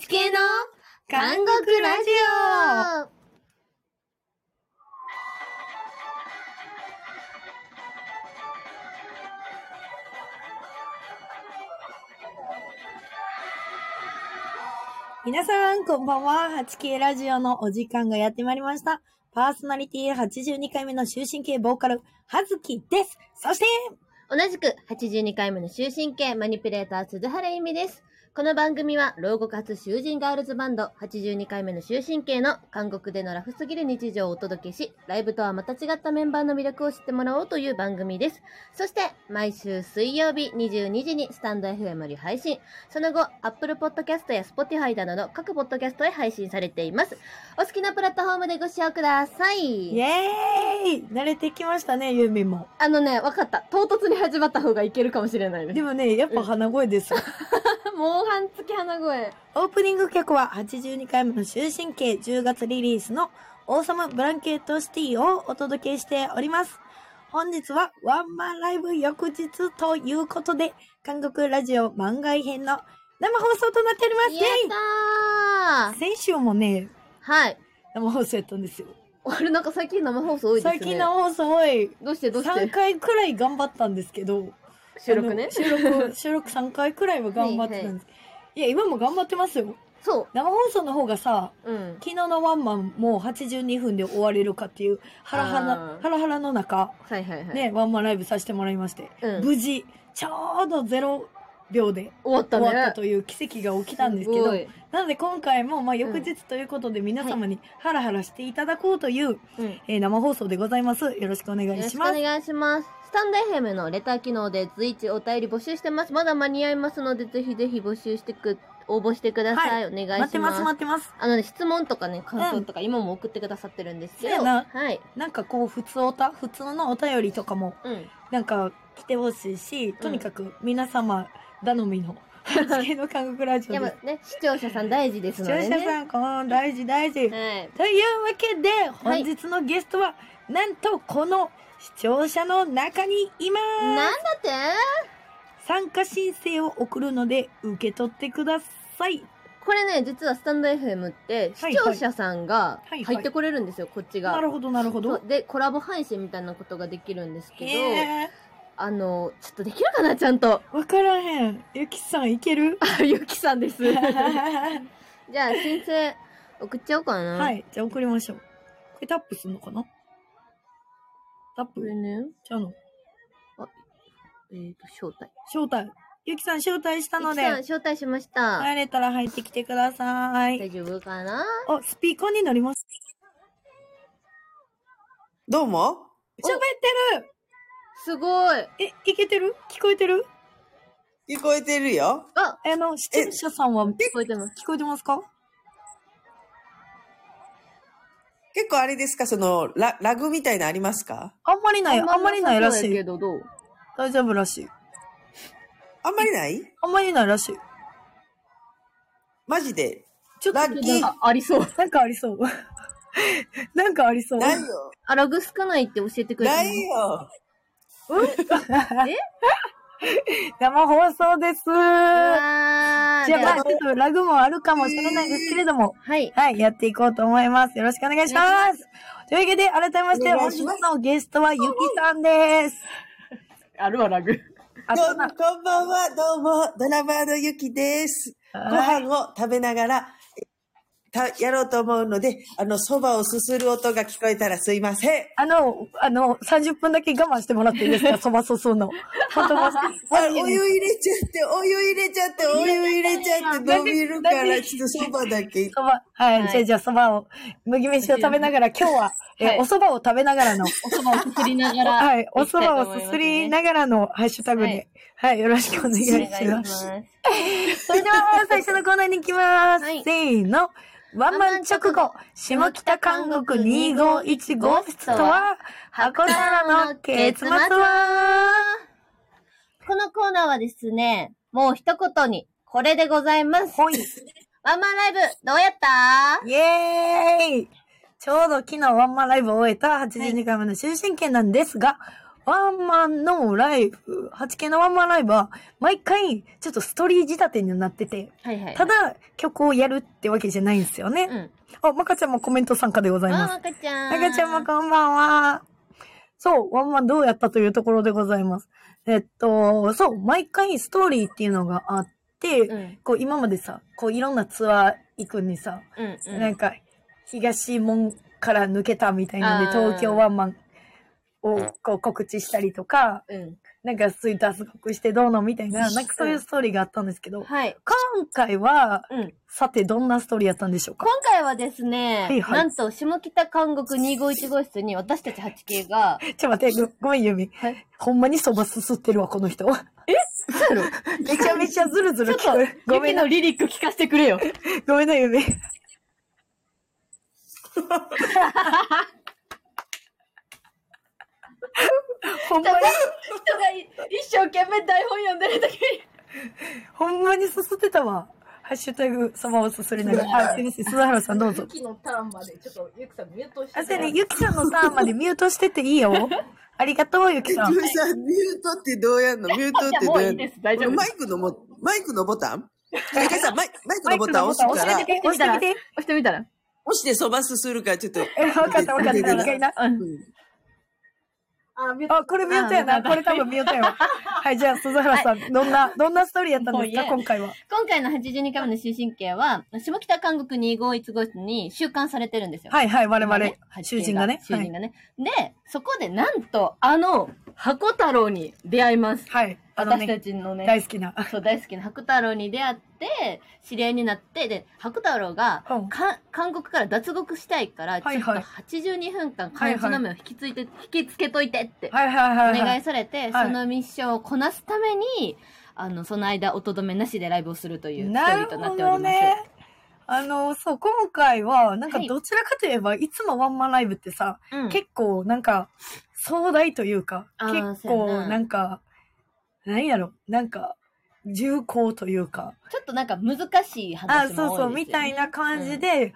チ系の韓国ラジオ皆さん、こんばんは。8K ラジオのお時間がやってまいりました。パーソナリティ82回目の終身系ボーカル、はずきです。そして、同じく82回目の終身系マニピュレーター鈴原由美です。この番組は老後活囚人ガールズバンド82回目の終身系の韓国でのラフすぎる日常をお届けし、ライブとはまた違ったメンバーの魅力を知ってもらおうという番組です。そして毎週水曜日22時にスタンド FM より配信、その後 Apple Podcast や Spotify などの各ポッドキャストへ配信されています。お好きなプラットフォームでご視聴ください。イエーイ慣れてきましたね、ゆみも。あのね、わかった。唐突に始まった方がいけるかもしれないですで。もね、やっぱ鼻声です。もう半月鼻声。オープニング曲は82回目の終身系10月リリースのオーサムブランケットシティをお届けしております。本日はワンマンライブ翌日ということで、韓国ラジオ番外編の生放送となっております。やったー先週もね、はい。生放送やったんですよ。あれ、なんか最近生放送多いですね。最近生放送多い。どうしてどうし3て回くらい頑張ったんですけど。収録ねあの。収録、収録3回くらいは頑張ってたんです。いや、今も頑張ってますよ。そ生放送の方がさ、う。うん。昨日のワンマンもう82分で終われるかっていう、ハラハラあ、ーハラハラの中、はいはいはい。ね、ワンマンライブさせてもらいまして、うん無事、ちょうど0秒で終わった終ね。わったという奇跡が起きたんですけすどご、いなので今回も、まあ、翌日ということで皆様にハラハラしていただこうという、うん。えー生放送でございます。よろしくお願よいろししくおます。願いします。スタンド FM のレター機能で随一お便り募集してます。まだ間に合いますので、ぜひぜひ募集してく、応募してください。お願いし待ます。ってます、待ってます。あのね、質問とかね、感想とか今も送ってくださってるんですけそど。うやなはい。なんかこう、普通おた、普通のお便りとかも、うん。なんか来てほしいし、とにかく皆様頼み の、地形の韓国ラジでオもです。ね、視聴者さん大事です視の聴でね。者さん、この大事大事。はい。というわけで、本日のゲストは、なんとこの視聴者の中にいますなんだって参加申請を送るので受け取ってください。これね、実はスタンド FM って、は視い聴者さんがはいはい入ってこれるんですよ、こっちが。なるほど、なるほどそ。うで、コラボ配信みたいなことができるんですけど、へえ。あの、ちょっとできるかな、ちゃんと。 わからへん。ゆきさんいけるあ、ゆきさ んです。じゃはあ、申請、送っちゃおうかな。。い。じゃあ送りましょう。これタップすんのかなタッこプれね、ちゃうのえっ、と、招待。招待。ゆきさん招待したのゆきさん、で、招待しました。入れたら入ってきてください。大丈夫かなあ、スピーカーになります。どうも喋ってすごい。るえ、いけてる聞こえてる聞こえてるよあ、あの、視聴者さんは聞聞こえてます。こえてますか結構あれですかそのラ、ラグみたいなのありますかあんまりない、あんまりないらしそうやけい。ど、どう大丈夫らしい。あんまりないあんまりないらしい。マジで。ちょっとラッキーなんかありそう。なんかありそう。 なんかありそう。ないよ。あ、ラグ少ないって教えてくれてまなすいよ。生放送です。じゃわーあ、まあ、でちょっとラグもあるかもしれないですけれども、はい。はい、やっていこうと思います。よろしくお願いします。というわけで、改めまして、お願本い日しますのゲストはゆきさんです。あるわ、ラグ。あどとうもな、こんばんは。どうも、ドラバーのゆきです。ごはい飯を食べながら、えたやろうと思うので、あの、蕎麦をすする音が聞こえたらすいません。あの、あの、30分だけ我慢してもらっていいです かそばそすの。本当マジであマジでお湯入れちゃって、お湯入れちゃって、お湯入れちゃって、伸びるから、ちょっと蕎麦だけ。そば、はい、はいじゃあじゃあそばを、麦飯を食べながら、今日は、えはいおそばを食べなが らの、おそばをすすりながら。はい、おそばをすすりがながらのハッシュタグで、はい、よろしくお願いします。それでは、最初のコーナーに行きます。はいせーの。ワンマン直後、下北韓国251号室とは、箱皿の結末は、このコーナーはですね、もう一言に、これでございます。ほい、ワンマンライブ、どうやったイエーイちょうど昨日ワンマンライブを終えた82回目の終身券なんですが、ワンマンのライブ、8K のワンマンライブは、毎回、ちょっとストーリー仕立てになってて、はいはい。ただ、曲をやるってわけじゃないんですよね。うん。あ、まかちゃんもコメント参加でございあ、ます。赤ちゃん。赤ちゃんもこんばんは。そう、ワンマンどうやったというところでございます。えっと、そう、毎回ストーリーっていうのがあって、うん。こう今までさ、こういろんなツアー行くにさ、うん。うん。なんか、東門から抜けたみたいなんで、あー東京ワンマンをこう告知したりとか、うん。なんかスイート脱獄してどうのみたいな、なんかそういうストーリーがあったんですけど、はい。今回は、うん。さてどんなストーリーやったんでしょうか 今回はですね、はいはいなんと、下北監獄251号室に私たち 8K が、ちょ、待って、ごごめん、ゆみはい。ほんまにそばすすってるわ、この 人。 そう やろめちゃめちゃズルズル聞こえる。ごめ雪んなの、リリック聞かせてくれ よ。ごめんな、ゆ み。ほんまに、人がい一生懸命台本読んでる時に。ほんまにすすってたわ。ハッシュタグ、そばをすすりながら。あ、すいません、鈴原さんどうぞ。のターンまでちょっとゆきさんミュートしあ、せやね、ゆきさんのターンまでミュートしてていい よ。ありがとう、ゆきさんジュ。リさん、ミュートってどうやんのミュートってどうやんのいやもういいです大丈夫ですマイクのも、マイクのボタンジュリさん、マイマイクのボタン押マイすクのボタン押してから、押みて、押してみて。押してみたら。してそばすするから、ちょっと。え、わかった、わかった。見一て回てなな。う。うんんあ、ミュートあ、これミュートやあな。ーこれ多分ミュートやわ。はい、じゃあ、鈴原さん、どんな、どんなストーリーやったんですか、もういいや今回は。今回の82回目の終身刑は、下北韓国251号室に収監されてるんですよ。はいはい、我今々ね、囚人がね。囚はい。人がね。で、そこでなんと、あの、箱太郎に出会います。はい。あの私たね、ちのね、大好きな。そう大好きな白太郎に出会って知り合いになってで白太郎がうんか韓国から脱獄したいから、はいはいちょっと82分間監獄の目を引きついて、引きつけといてってはいはいおはいは願い。いされて、はいそのミッションをこなすためにあのその間おとどめなしでライブをするというストーなリるーとなっほておりどます、ね。あの、そう、今回は、なんかはいどちらかといえば、いつもワンマンライブってさ、うん結構なんか、壮大というか、あー結そうや構ななんか、何やろ、なんか、重厚というか、ちょっとなんか難しいあ話も多いですよ、ね、そうそう、みたいな感じで、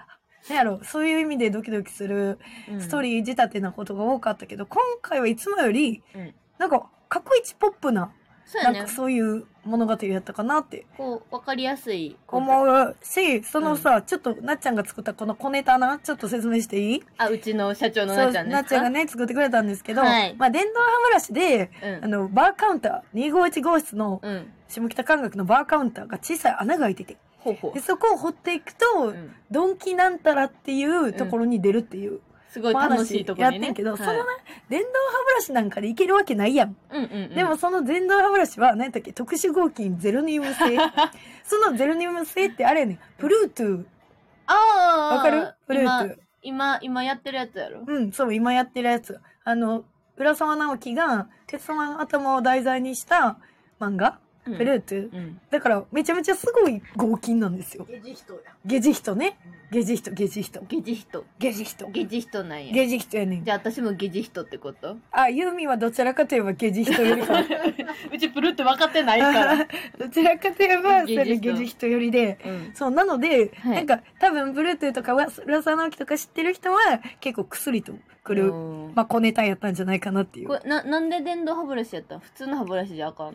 なんやろ、そういう意味でドキドキするうんストーリー仕立てなことが多かったけど、今回はいつもよりうん、なんか、過去一ポップな、そうなやんねかそういう物語やったかなってこう分かりやすいこう思うし、そのさ、ちょっとなっちゃんが作ったこの小ネタな、ちょっと説明していいあうちの社長のそなうっちゃんねなっちゃんがね、作ってくれたんですけど、はいまあ、電動歯ブラシで、あうの、バーカウンター、251号室のんうん下北感覚のバーカウンターが小さい穴が開いてて、ほうほでそこを掘っていくと、う、うんドンキなんたらっていうところに出るっていう、すごいまあ楽しいところにね。やってんけど、はいそのな、電動歯ブラシなんかでいけるわけないやん。うんうんうん、でも、その電動歯ブラシは、何やったっけ、特殊合金ゼルニウム 製。そのゼルニウム製ってあれやねん、プルートゥー。ああ、わかるプルートゥー。今、今、今やってるやつやろ。うん、そう、今やってるやつ。あの、浦沢直樹が、鉄様の頭を題材にした漫画、うんプルートゥー。うん。だから、めちゃめちゃすごい合金なんですよ。ゲジ人や。ゲジ人ね。ゲジ人、ゲジ人。ゲジ人。ゲジ人。ゲジ人なんや。ゲジ人やねんじ。ゃあ私もゲジ人ってことあ、ユーミンはどちらかといえばゲジ人よりかも。 うちプルって分かってないから。 どちらかといえば、そゲれジ人ゲジ人よりで。 うん。そう、なので、はいなんか、多分、ブルートゥーとかは、浦沢直樹とか知ってる人は、結構薬とくる、うんまあ、小ネタやったんじゃないかなっていう。これ、な、なんで電動歯ブラシやったん普通の歯ブラシじゃあかんの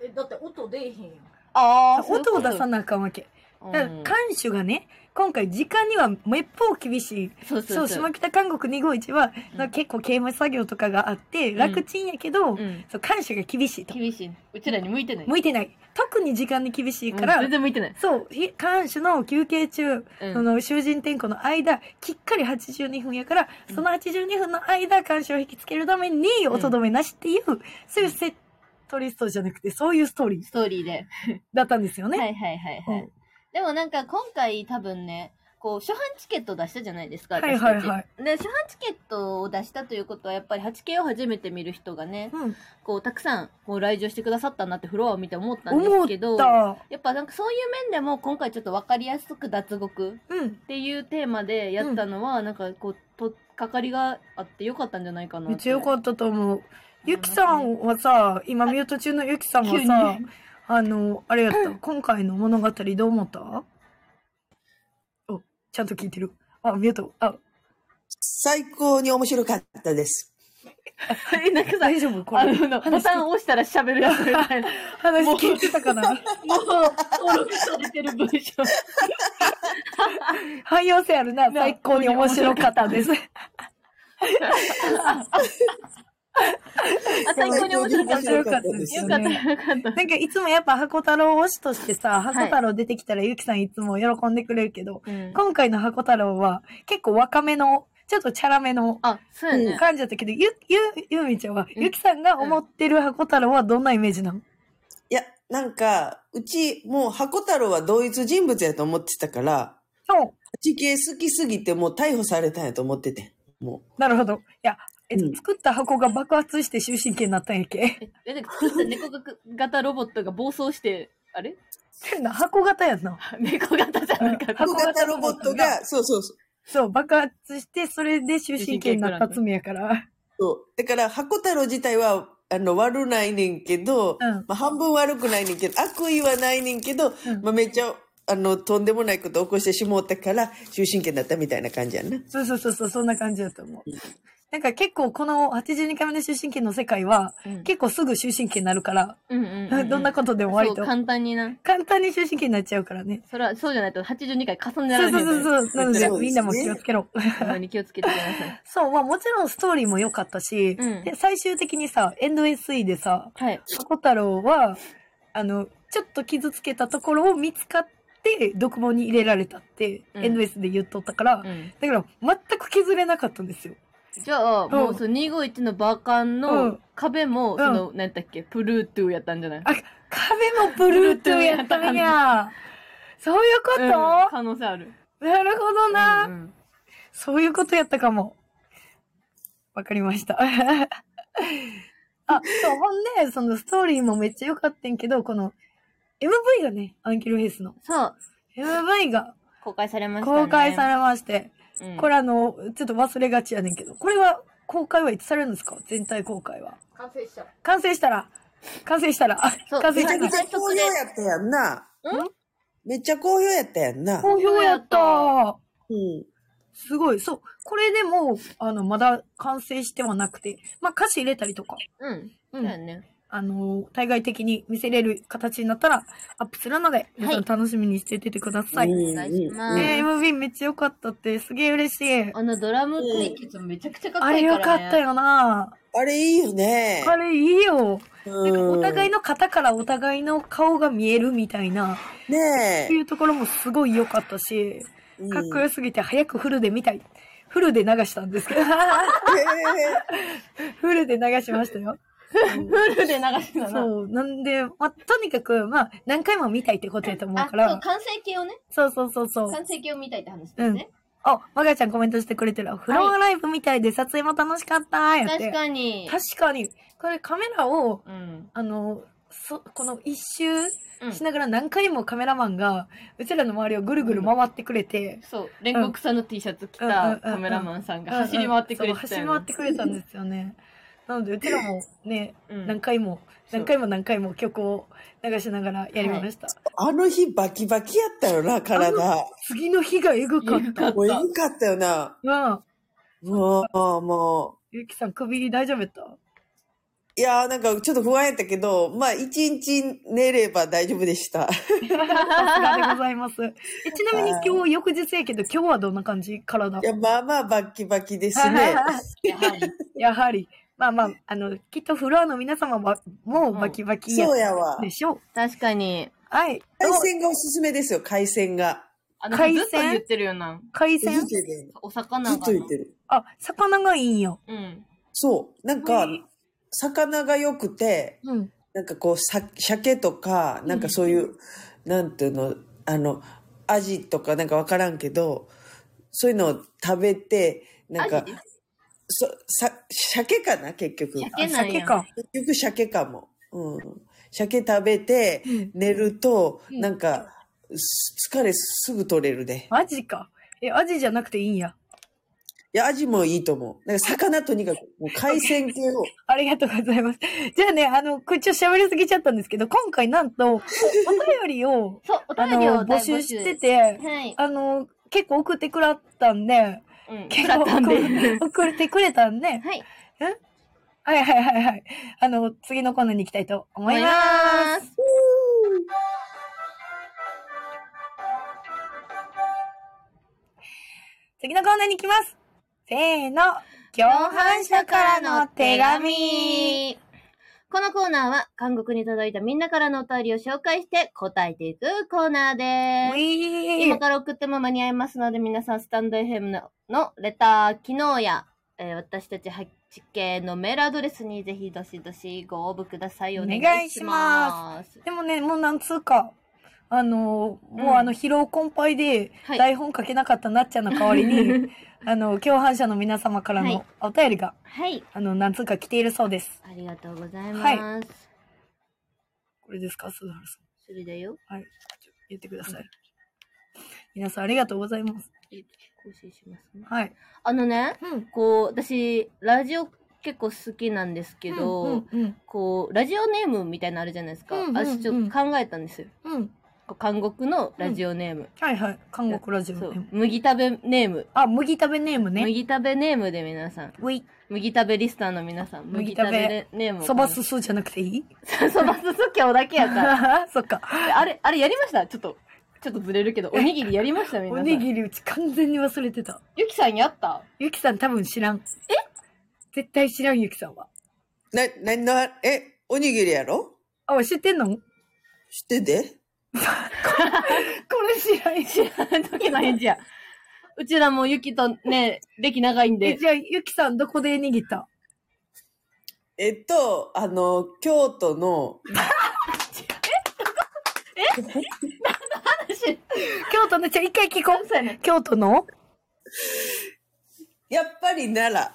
え、だって音出えへんやん。あ音を出さなあかんわけ。うんだから看守がね、今回時間にはめっぽう厳しい。そうそ、そううそ下。う北韓国251は、うんなんか結構刑務作業とかがあって、楽ちんやけど、うん。そう、看守が厳しいと。厳しい。うちらに向いてない。向いてない。特に時間に厳しいかうら、ん全然向いてない。そう、ひ看守の休憩中、うんその囚人転校の間、きっかり82分やから、その82分の間、看守を引きつけるために、んおとどめなしっていう、そういうセットリストじゃなくて、そういうストーリーストーリーで。だったんですよね。はいはいはいはい。うんでもなんか今回多分ね、こう、初版チケット出したじゃないですか。はい私たちはいはで、初版チケットを出したということは、やっぱり 8K を初めて見る人がね、うん。こう、たくさん、こう、来場してくださったなってフロアを見て思ったんで思すっけど、やた。っぱなんかそういう面でも、今回ちょっとわかりやすく脱獄うん。っていうテーマでやったのは、なんかこう、とっかかりがあってよかったんじゃないかなめっちゃ良っかったと思う。うんゆきさんはさ、今ミュート中のゆきさんはさ急、あの、あれやった、今回の物語どう思ったお、ちゃんと聞いてる。あ、ミュート。あ、最高に面白かったです。え、なんかさ、大丈夫こあれ。の、ボタンを押したら喋 るやつみたいな。話聞いてたかなもう、登録されてる文章。汎用性あるな。な最高に面白かったです。あ、最高に面白かった。よ面白かったですよかっねた、よかった。なんかいつもやっぱ箱太郎推しとしてさ、い箱太郎出てきたらゆきさんいつも喜んでくれるけど、うん今回の箱太郎は結構若めの、ちょっとチャラめのあ、そうやね。感じだったけど、ゆ、ゆ、ゆみちゃんは、うんゆきさんが思ってる箱太郎はどんなイメージなのいや、なんか、うち、もう、箱太郎は同一人物やと思ってたから、そう。地形好きすぎて、もう逮捕されたんやと思ってて。もなるほど。いや、えっと、うん作った箱が爆発して終身刑になったんやっけ。え、だから作った猫型ロボットが暴走して、あれ 変な箱型やんな。猫型じゃなかった。う、箱小型型ロロボボッットトがが、そうそうそう。そう、爆発して、それで終身刑になった罪やから。そうだから、箱太郎自体は、あの、悪ないねんけど、うんまあ、半分悪くないねんけど、悪意はないねんけど、うんまあ、めっちゃ、あの、とんでもないこと起こしてしもうたから、終身刑になったみたいな感じやんな。そうそうそうそう、そんな感じだと思う。なんか結構この82回目の終身刑の世界は、うん結構すぐ終身刑になるから、うんうんうんう ん。どんなことでも割そうと簡単にな。簡単に終身刑になっちゃうからね。それは、そうじゃないと82回重ねそらうそうれないので。そうそう。なので、そうですねみんなも気をつけろ。ほんまに気をつけてください。そう、まあもちろんストーリーも良かったし、うんで最終的にさ、エンド SE でさ、はい。コ太郎は、あの、ちょっと傷つけたところを見つかって、独房に入れられたって、うんエンド S で言っとったから、うん、だから全く削れなかったんですよ。じゃあ、んもうその251のバーカンうのん壁も、その、何やったっけ、プルートゥーやったんじゃないあ壁もブルートゥーやったんや。そういうこと、うん可能性ある。なるほどな、うんうんそういうことやったかも。わかりました。 あ、そう、ほんで、そのストーリーもめっちゃ良かったんけど、この MV がね、アンキルフェイスのそう、 MV が公開されましたね。公開されまして、うんこれあの、ちょっと忘れがちやねんけど、これは公開はいつされるんですか全体公開は。完成した。完成したら、完成したら、あそう完成めしちたゃくらち、ゃ好評やったやんな。めっちゃ好評やったやんな。好評やった。うん。すごい。そう。これでも、あの、まだ完成してはなくて、まあ歌詞入れたりとか、うん。うそんうやね。あの、対外的に見せれる形になったらアップするので、皆さん楽しみにしてててください。うんお願いします。うんね MV めっちゃ良かったって、すげえ嬉しい。あのドラム対決めちゃくちゃかっあこいれいか、良からね。ったよなあれいいよね。あれいいよ。なんかお互いいの肩からお互いの顔が見えるみたいな、っていねうところもすごい良かったし、え。かっこよく。すぎて早くフルで見た い。フルで流したん ですけど、フルで流しましたよ。フルで流してたな。そう。なんで、まあ、とにかく、まあ、何回も見たいってことやと思うあ、かそう、ら。完成形をね、そうそうそうそう。完成形を見たいって話ですね。あ、まがちゃんコメントしてくれてる。フロアライブみたいで撮影も楽しかったーやって。確かに。確かに。これカメラを、うん。あの、そ、この一周うんしながら何回もカメラマンが、うちらの周りをぐるぐる回ってくれて、そう、煉獄さんの T シャツ着うんうんうんうたんカメラマンさんが走り回ってくれてそたう走りよ回っねてくれたんですよね。なので、うちらもね、うん何回も、そう何回も何回も曲を流しながらやりました。あの日バキバキやったよな、体。次の日がエグかっよた。かっもうえた。ぐかったよな。うん。もう、もゆきさん、首大丈夫やったう。いやーなんかちょっと不安やったけど、まあ一日寝れば大丈夫でした。さすがでございます。えちなみに今日翌日やけど、今日はどんな感じ体い。や、まあまあバキバキです ね。やはり。やはり。まあまあ、あの、きっとフロアの皆様は、もうバキバキやそうやわ。でしょう。確かに。はい。海鮮がおすすめですよ、海鮮が。あの、ず海鮮っと言ってるよな。海ずっ鮮と言ってるお魚ずっがと。言ってる。あ、魚がいいんよ。うん。そう。なんかはい、魚が良くて、うん。なんかこう、さ鮭とか、なんかそういう、なんていうの、あの、アジとかなんかわからんけど、そういうのを食べて、なんアかジ、そさ鮭かな、結局。鮭あけなんや鮭か。結局鮭かも。うん。鮭食べて、寝ると、なんか、す疲れすぐ取れるで。マジか。え、アジじゃなくていいんや。いや、アジもいいと思う。なんか魚とにかく、も う海鮮系を。ありがとうございます。 じゃあね、あの、これちょっと喋りすぎちゃったんですけど、今回なんと、お便りを、そう、おあ便りをの、募大集して。て、はい。あの、結構送ってくらったんで、うん。結くらったんで。構送ってくれたんで、はい。はいはいはいはい。あの、次のコーナーに行きたいと思います。す。次のコーナーに行きます。せーの。共犯者からの手紙。。このコーナーは、韓国に届いたみんなからのお便りを紹介して答えていくコーナーウです。ィ今ーから送っても間に合いますので、皆さん、スタンド FM ののレター、昨日や、えー私たち8系のメールアドレスにぜひどしどしご応募ください。お願いします。でもね、もうなんつうか、あの、んもうあの、疲労困憊ではい台本書けなかったなっちゃんの代わりに、 あの、共犯者の皆様からはのいお便りが、はい。あの、なんつうか来ているそうです。ありがとうございます。はこれですか、鈴原さん。それだよ。はい。ちょ言ってください。皆さんありがとうございます。更新しますね。はい。あのね、うん。こう、私、ラジオ結構好きなんですけど、うん、うん、こう、ラジオネームみたいなのあるじゃないですか。うんうんうん私ちょっと考えたんですよ。うん。うん。こう韓国のラジオネーム。はいはい。韓国ラジオネそーうム。。麦食べネーム。あ、麦食べネームね。麦食べネームで皆さん。うい。麦食べリスターの皆さん。麦麦食べ食べネームを。そばす。すじゃなくていい そばすす今日だけやか ら。そっか。あれ、あれやりましたちょっと。ちょっとずれるけど、おにぎりやりました皆おさん。にぎりうち完全に忘れてた。ゆきさんや ったゆきさん多分知らん。え絶対知らんゆきさんは。な、な、な、え、おにぎりやろあ、知ってんのこ知っててれ知らん知らん。時の返事や。うちらもゆきとね、歴長いん えで。じゃあゆきさんどこで握ったえっと、あの、京都の、京都の、じゃあ一回聞こそうやねう。京都のやっぱり奈あ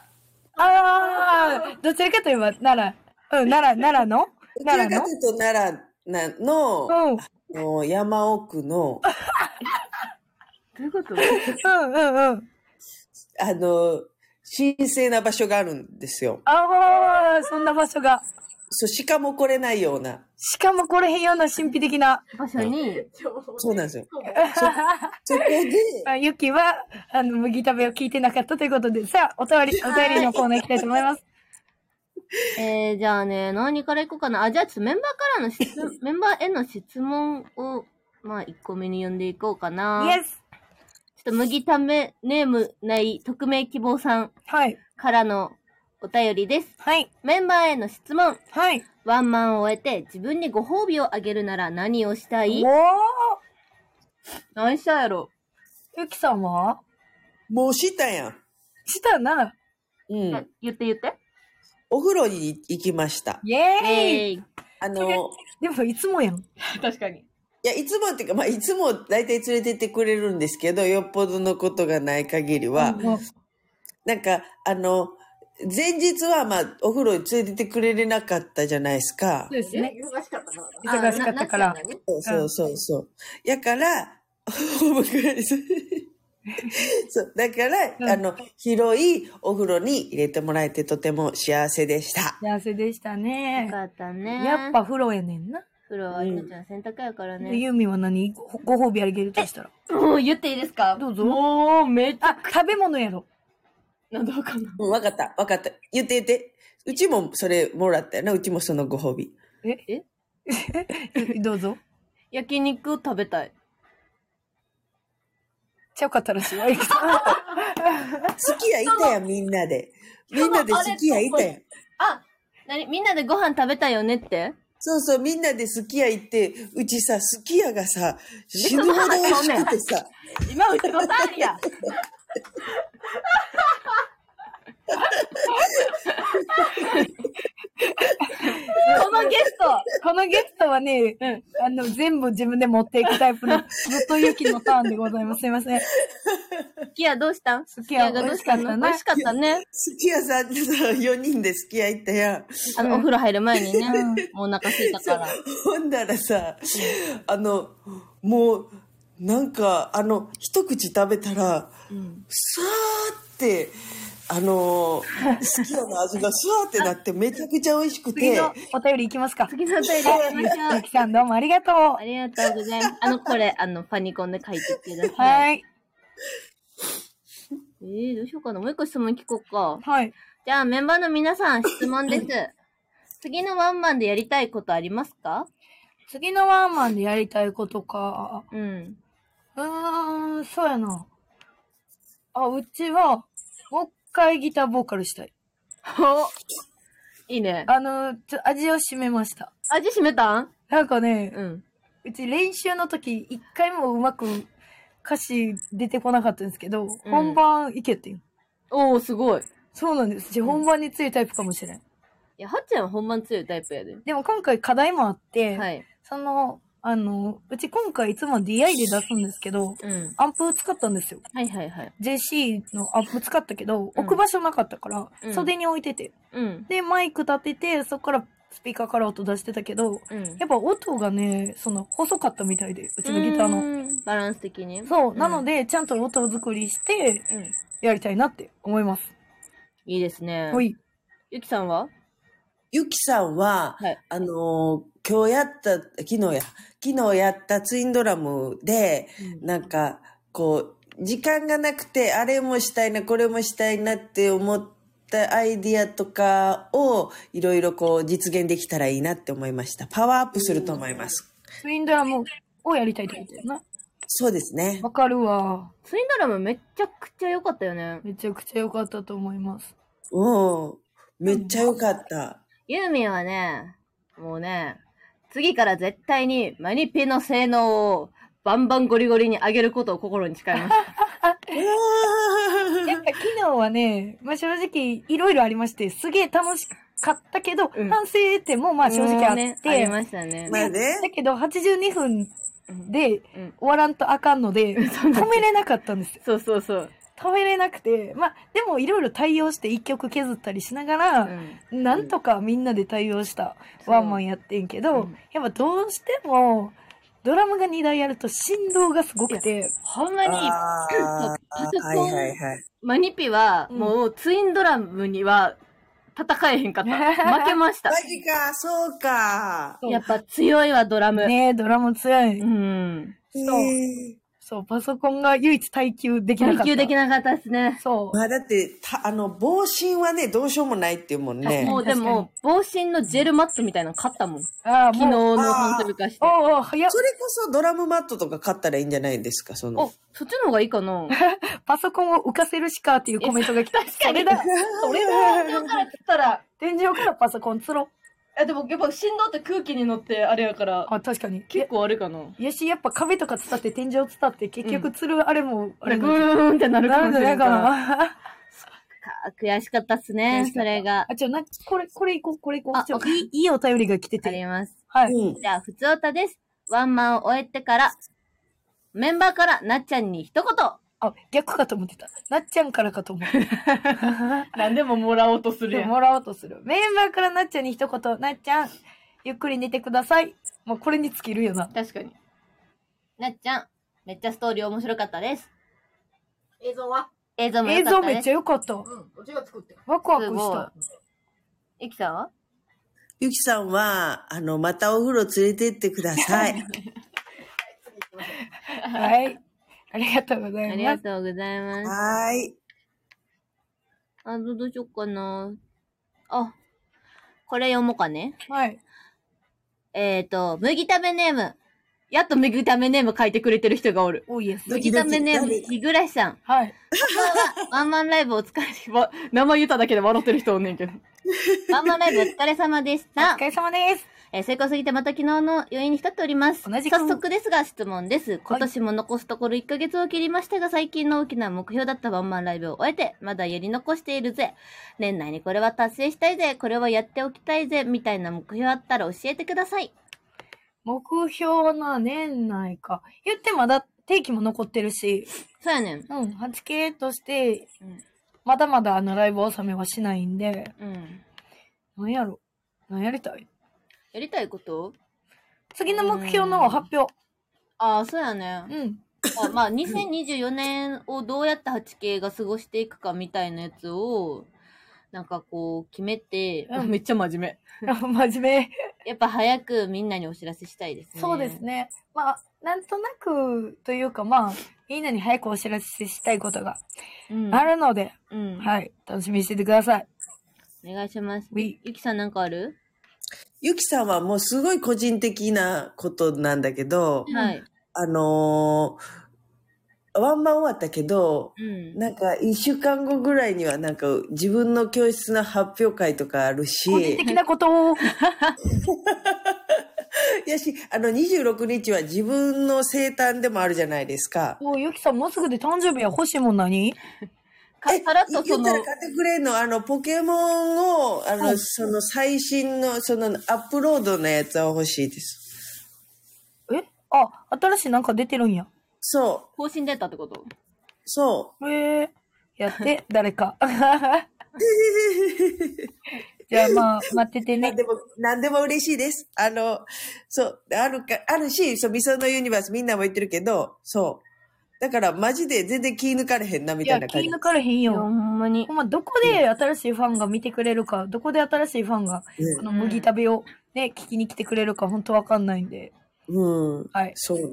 あどちらかといえば奈良。うん、奈良、奈良の良。どちら奈良かのというと奈良なの、うん、あの山奥の、どういうことうん、うん、うん。あの、神聖な場所があるんですよ。ああ、そんな場所が。そう、鹿も来れないような。しかもこれへんような神秘的な。場所に、そうなんですよ。そう そこで、あゆきは、あの、麦食べを聞いてなかったということで、さあ、お便り、お便りのコーナー行きたいと思います。えー、じゃあね、何からいこうかな。あ、じゃあちょっとメンバーからの質、 メンバーへの質問を、まあ、1個目に読んでいこうかな。イエスちょっと麦ためネームない匿名希望さんはい。からのお便りです。はい。メンバーへの質問。はい。ワンマンを終えて自分にご褒美をあげるなら何をしたいおー何したやろ。ゆきさんはもうしたやん。したな。うん。言って言って。お風呂に行きました。イェーイ、えー、あの、でも、いつもやん。確かに。いや、いつもっていうか、まあ、いつも大体連れてってくれるんですけど、よっぽどのことがない限りは、もうなんか、あの、前日は、まあ、お風呂に連れてってくれれなかったじゃないですか。そうですね。忙しかったな。忙しかったからあ。ななっちゃんがねそうそうそうそう。やから、お迎え するそう。だから、うんあの、広いお風呂に入れてもらえてとても幸せでした。幸せでしたよね。かったね。やっぱ、風呂やねんな。風呂はあんちゃん洗濯やからでね。ユーミンは何ごご褒美あげるとしたら。もう言っていいですかどうぞもうめっちゃ、あ、食べ物やろ。なんだわかんない。うん、わかった、わかった。言って言って。うちもそれもらったよな、うちもそのご褒美。ええどうぞ。焼肉を食べたい。ちゃうかったらしいわ。ゆきさん好きやいたやん、みんなで。みんなで好きやいたやん。あなにみんなでご飯食べたよねってそうそう、みんなで好きや行って、うちさ、好きやがさ、死ぬほど美味しくてさ、今うち答えやこのゲストこのゲストはね、うんあの、全部自分で持っていくタイプの、ずっとゆきのターンでございます。すいません。好きやどうしたん好きや美美味味ししかったね。好きやさんってさ、4人で好きや行ったやん。あの、お風呂入る前にねうん、もうお腹空いたから。ほんだらさ、あの、もう、なんか、あの、一口食べたら、さーって、あの、好きやの味がスワーってなって、めちゃくちゃ美味しく次て、のお便りいきますか。次のお便り行きましょゆう。きさんどうもありがとうあ。りがとうございます。あの、これ、あの、ファニコンで書いてください。はい。えー、どうしようかな。もう一個質問聞こうか。はい。じゃあメンバーの皆さん質問 です。次のワンマンでやりたいことありますか次のワンマンでやりたいことか。うん。うーん、そうやな。あ、うちは、もう一回ギターボーカルしたい。ほいいね。あの、ちょ味を占めました。味しめたんなんかね、うん。うち練習の時、一回もうまく歌詞出てこなかったんですけど、本番いけってん。おー、すごい。いそうなんです。うち本番に強いタイプかもしれん。や、はっちゃんは本番強いタイプやで。でも今回課題もあって、はい。その、あの、うち今回いつも DI で出すんですけど、うん。アンプ使ったんですよ。はいはいはい。 JC のアップ使ったけど、うん置く場所なかったから、うん袖に置いてて。うん。で、マイク立てて、そこからスピーカーから音出してたけど、うん。やっぱ音がね、その、細かったみたいで、うちのギターの。の。バランス的に。そう。んなので、ちゃんと音作りして、うん。やりたいなって思います。いいですね。ほい。ゆきさんはゆきさんは、はいあのー今日やった、昨日や、昨日やったツインドラムで、なんか、こう、時間がなくて、あれもしたいな、これもしたいなって思ったアイディアとかを、いろいろこう、実現できたらいいなって思いました。パワーアップすると思います。ツインドラムをやりたいってことやな。そうですね。わかるわ。ツインドラムめっちゃくちゃ良かったよね。めちゃくちゃ良かったと思います。うん。めっちゃ良かった。ユーミンはね、もうね、次から絶対にマニピの性能をバンバンゴリゴリに上げることを心に誓いましやた。っぱ昨日はね、まあ正直、いろいろありまして、すげえ楽しかったけど、うん反省点もまあ正直あっね、て、ありましたね。まあね。だけど82分 でうん、終わらんとあかんので、止めれなかったんですよ。そうそうそう。止めれなくて、まあでもいろいろ対応して一曲削ったりしながうら、ん。なんとかみんなで対応したそうワンマンやってんけど、うんやっぱどうしても、ドラムが2台やると振動がすごくて、ほんまに、あーパソコンはいはいはい。マニピは、うんもうツインドラムには戦えへんか った。負けましたマ。ジか、そうか。やっぱ強いわ、ドラム。ねえ、ドラム強い。うん。そうえーそう、パソコンが唯一耐久できなかった。耐久できなかったですね。そう。まあだって、たあの、防振はね、どうしようもないっていうもんねも。うでも、防振のジェルマットみたいなの買ったもん。ああ、昨日もう。のコンセプト化して。おうおう、早っそ。れこそドラムマットとか買ったらいいんじゃないですか、そおの。、そっちの方がいいか な。パソコンを浮かせるしかっていうコメント が来た。それだ。それが、だから切ったら、天井からパソコンつろう。え、でもやっぱ振動って空気に乗ってあれやから、あ、確かに。結構あれかな。いやし、やっぱ壁とか伝って天井伝って結局つる、あれも、ああれれ、もグ。ーンってなるかなんもしでれだんか。からら。悔しかったっすね、それが。あ、ちょ、な、これ、これいこう、これいこあう。ちょわ、かいい、いいお便りが来てあて。ります。はい。うん。じゃあ、ふつおたです。ワンマンを終えてから、メンバーからなっちゃんに一言。あ、逆かと思ってた。なっちゃんからかと 思ってた。何でももらおうとすでもらおうとする。メンバーからなっちゃんに一言、なっちゃん、ゆっくり寝てください。もうこれに尽きるよな。確かに。なっちゃん、めっちゃストーリー面白かったです。映像は映像も映良か像っためっですち。ゃ良かった。うん。うちが作ってる。ワクワクした。ゆきさんはゆきさんは、あの、またお風呂連れてってください。はい。ありがとうござあいりまがす。とうございます。はーい。あ、どどうしよっかな。あ、これ読もうかね。はい。えっ、ー、と、麦食べネーム。やっと麦食べネーム書いてくれてる人がおる。おいえす。ド麦キドキ食べネーム、誰日暮さ ん。はい。ワンマンライブお疲れ、わ名前言っただけで笑ってる人おんねんけど。 ワンマンライブお疲れ様でしおた疲。れ様です。えー成功すぎてまた昨日の余韻に浸っております。同じく早速ですが質問です。今年も残すところ1ヶ月を切りましたが、最近の大きな目標だったワンマンライブを終えて、まだやり残しているぜ。年内にこれは達成したいぜ、これはやっておきたいぜ、みたいな目標あったら教えてください。目標の年内か。言ってまだ定期も残ってるし、そうやねん。うん、8K としてうん、まだまだあのライブ納めはしないんで、うん。なんやろ。なんやりたいやりたいこと次の目標の発表。ああ、そうやね。うん。あまあ、2024年をどうやって 8K が過ごしていくかみたいなやつを、なんかこう、決めて、うんめっちゃ真面目。 真面やっぱ早くみんなにお知らせしたいです目。ね。そうです。ね。まあ、なんとなくというか、まあ、みんなに早くお知らせしたいことがうん。あるので、うん。はい、楽しみにしててください。お願いします。 We ゆきさんなんかあるゆきさんはもうすごい個人的なことなんだけど、んはい。あのーワンマン終わったけど、うん。なんか一週間後ぐらいにはなんか自分の教室の発表会とかあるし、個人的なことを、やし、あの26日は自分の生誕でもあるじゃないですか。おゆきさんもうすぐで誕生日や欲しいもん何かえさらっとそ言ったらの、買ってくれんの、あの、ポケモンを、あの、その最新の、そのアップロードのやつは欲しいです。えあ、新しいなんか出てるんや。そ更新出たってことう、そええや って、誰か。 じゃあまあ、待っててう。ね何。でも、何でも嬉しいです。あの、そう、あるか、あるし、そう、ミソのユニバースみんなも言ってるけど、そう。だから、マジで全然気抜かれへんな、 みいたやい、な気感じ。抜かれへんいや、よほ。んまにほ。んま、どこで新しいファンが見てくれるか、どこで新しいファンが、うんこの麦旅をね、聞きに来てくれるか、ほんとわかんないんで。うん。はい。そうね。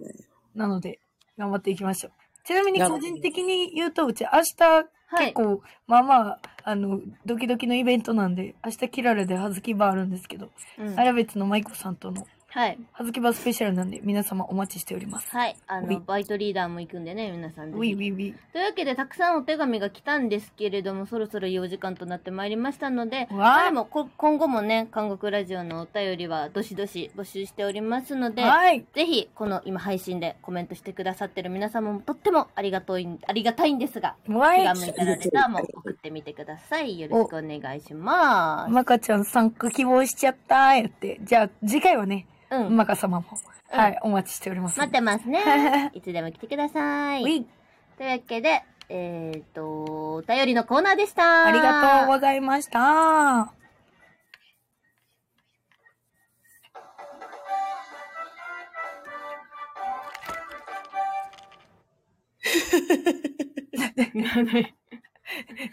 なので、頑張っていきましょう。ちなみになるほ個ど人的に言うと、うち明日、はい結構、まあまあ、あの、ドキドキのイベントなんで、明日キララではずきバーあるんですけど、うんアラベッツのマイコさんとのはい。はずきバースペシャルなんで、皆様お待ちしております。はい。あういの、バイトリーダーも行くんでね、皆さんぜウィひウィウィ。というわけで、たくさんお手紙が来たんですけれども、そろそろいいお時間となってまいりましたので、わあでもこ今後もね、韓国ラジオのお便りはどしどし募集しておりますので、はい。ぜひ、この今配信でコメントしてくださってる皆様もとってもありがといありがたいんですが、わ手い。紙いただけたらもう送ってみてください。よろしくお願いします。まかちゃん参加希望しちゃったーやって。じゃあ、次回はね、うん。まか様も、はい、お待ちしております。待ってます ね。いつでも来てくださウィい。というわけで、えっ、と、お便りのコーナーでした。ありがとうございま した。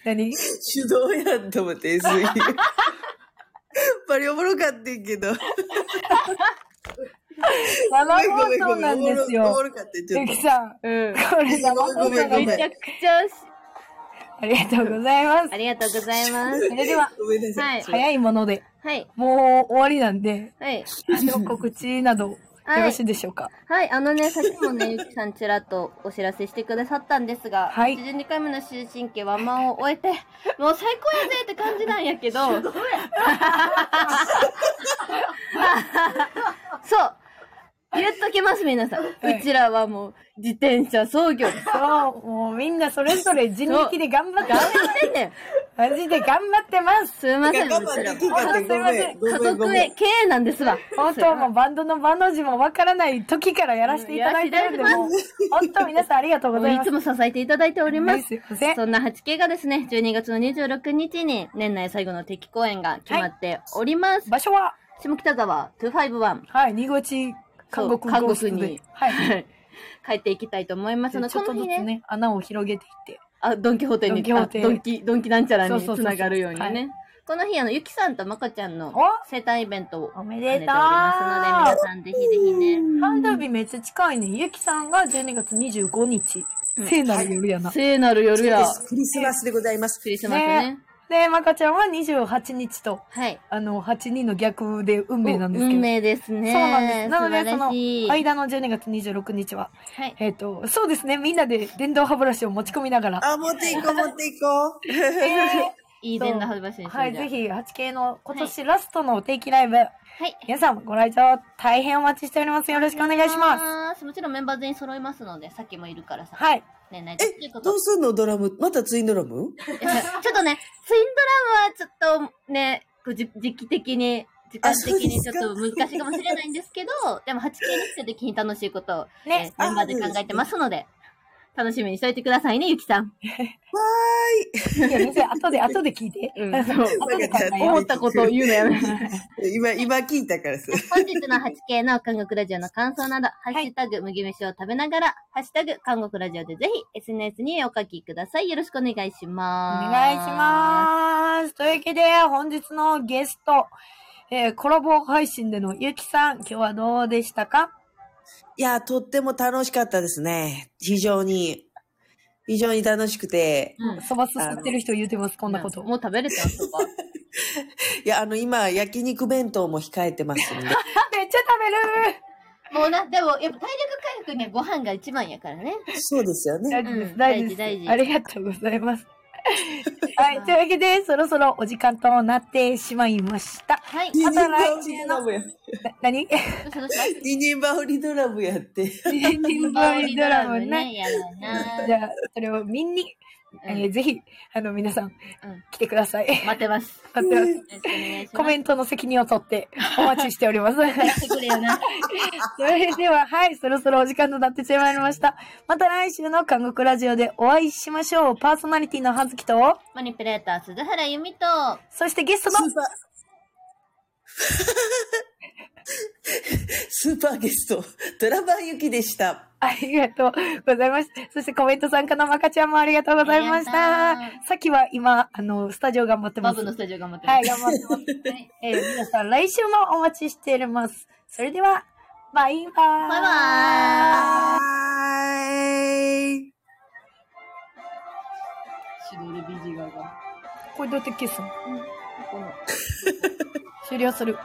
何手動やんと思って、SE。バリおもろかってんけど。生放送なんですおもよ。ろかってん、ちょゆっとき。さん、うん。これ生放ご送めなんごめのんで、めちゃくちゃし、ありがとうございますあ。りがとうございます。それで は、ごめんなさい。はい。早いもので、はい。もう終わりなんで、はい。あの告知など、よろしいでしょうか。はい。あのね、さっきもね、ゆきさんちらっとお知らせしてくださったんですが、はい82回目の終身刑ワンマンを終えて、もう最高やぜって感じなんやけど、そう。言っときます、皆さん。はいうちらはもう、自転車操業。そう、もうみんなそれぞれ人力で頑張ってダ、メしてんねん。マジで頑張ってます。すいません、う我ち慢らできんかった。ごめん。ご家めん、ご族めへん。経営なんですわ。本当もうバンドのバンド字もわからない時からやらせていただいてるんで、うんやらせていただいてもう本当皆さんありがとうごもざういいますつ。も支えていただいております。すいません。そんな 8K がですね、12月の26日に年内最後の敵公演が決まっております。場所は、下北沢251。はい、二号地韓国そうゴーストで韓国にはい。帰っていきたいと思いますので、ちょっことのずつ日ね、ね、穴を広げていって。あ、ドンキホーテに、ドンキホーテあドンキ、ドンキなんちゃらそうにそうそうつそうながるようにね。はいこの日、あの、ゆきさんとまこちゃんのお生誕イベントをお兼めねておでりとうますので、皆さんぜひぜひね。誕生日めっちゃ近いね。ゆきさんが12月25日。聖なる夜やな。聖なる夜や。クリスマスでございます。クリスマスね。で、まかちゃんは28日と、はい。あの、82の逆で運命なんですけ運ど。命ですね。そうなんです。なので、そ素晴らのしい。間の12月26日は、はい。えっ、と、そうですね、みんなで電動歯ブラシを持ち込みなが ら、あ、持っていこう、持っていこう。いい全裸恥ずかしいですはい、ぜひ。ひ 8K の今年ラストの定期ライブ、はい。皆さんご来場大変お待ちしております。よろしくお願いします。す。もちろんメンバー全員揃いますので、さっきもいるからさ。はい、ね、ないというえこ、どと。うすんのドラム。またツインドラム ちょっとね、ツインドラムはちょっとね、こうじ時期的に、時間的にちょっと難しいかもしれ ないんですけど、でも 8K に来た時に楽しいことを、ねえーメンバーで考えてますので、楽しみにしといてくださいね、ゆきさん。いや、別に後で、後で聞いて。うん、 そう。後で考えよ思ったことを言うのやめう。今、今聞いたからさ。本日の 8K の韓国ラジオの感想など、ハッシュタグ、麦飯を食べながら、ハッシュタグ、韓国ラジオでぜひ、SNS にお書きください。よろしくお願いしおます。願いします。というわけで、本日のゲスト、えーコラボ配信でのゆきさん、今日はどうでしたかいや、とっても楽しかったですね。非常に、非常に楽しくて。うん。そばすすってる人言うてます、こんなこと。もう食べれたそば。いや、あの、今、焼肉弁当も控えてますんで。めっちゃ もうな、でも、やっぱ体力回復にはご飯が一番やからね。そうですよね。食べるうん大事です、大事です。大事大事ありがとうございます。はい、というわけで、そろそろお時間となってしまいました。はい。ニどンまニたンバ来ウリ週ドラの、ムな何や。うしたどうしたニンニンバウリドラムやって。人間バリドラムね。。やばい じ な。ゃあ、それを見に、えうんーぜひ、あの、皆さんうん、来てください。待ってます。よ待ってます。ろしくお願いします。コメントの責任を取ってお待ちしております。やってくれよな。それでは、はい、そろそろお時間となってしまいました。また来週の韓国ラジオでお会いしましょう。パーソナリティの葉月と、マニピュレーター、鈴原由美と、そしてゲストスの ーパー。スーパーゲスト、ドラバーゆきでした。ありがとうございます。そしてコメント参加のまかちゃんもありがとうございました。ありがとさっきは今、あの、スタジオ頑張ってまバす。ブのはスタジオ頑張ってい、頑張ってます。ます。 はいえー皆さん来週もお待ちしております。それでは、バイバーイ。バイバーイはい。シドルビジガが。これどうやって消すの、終了する。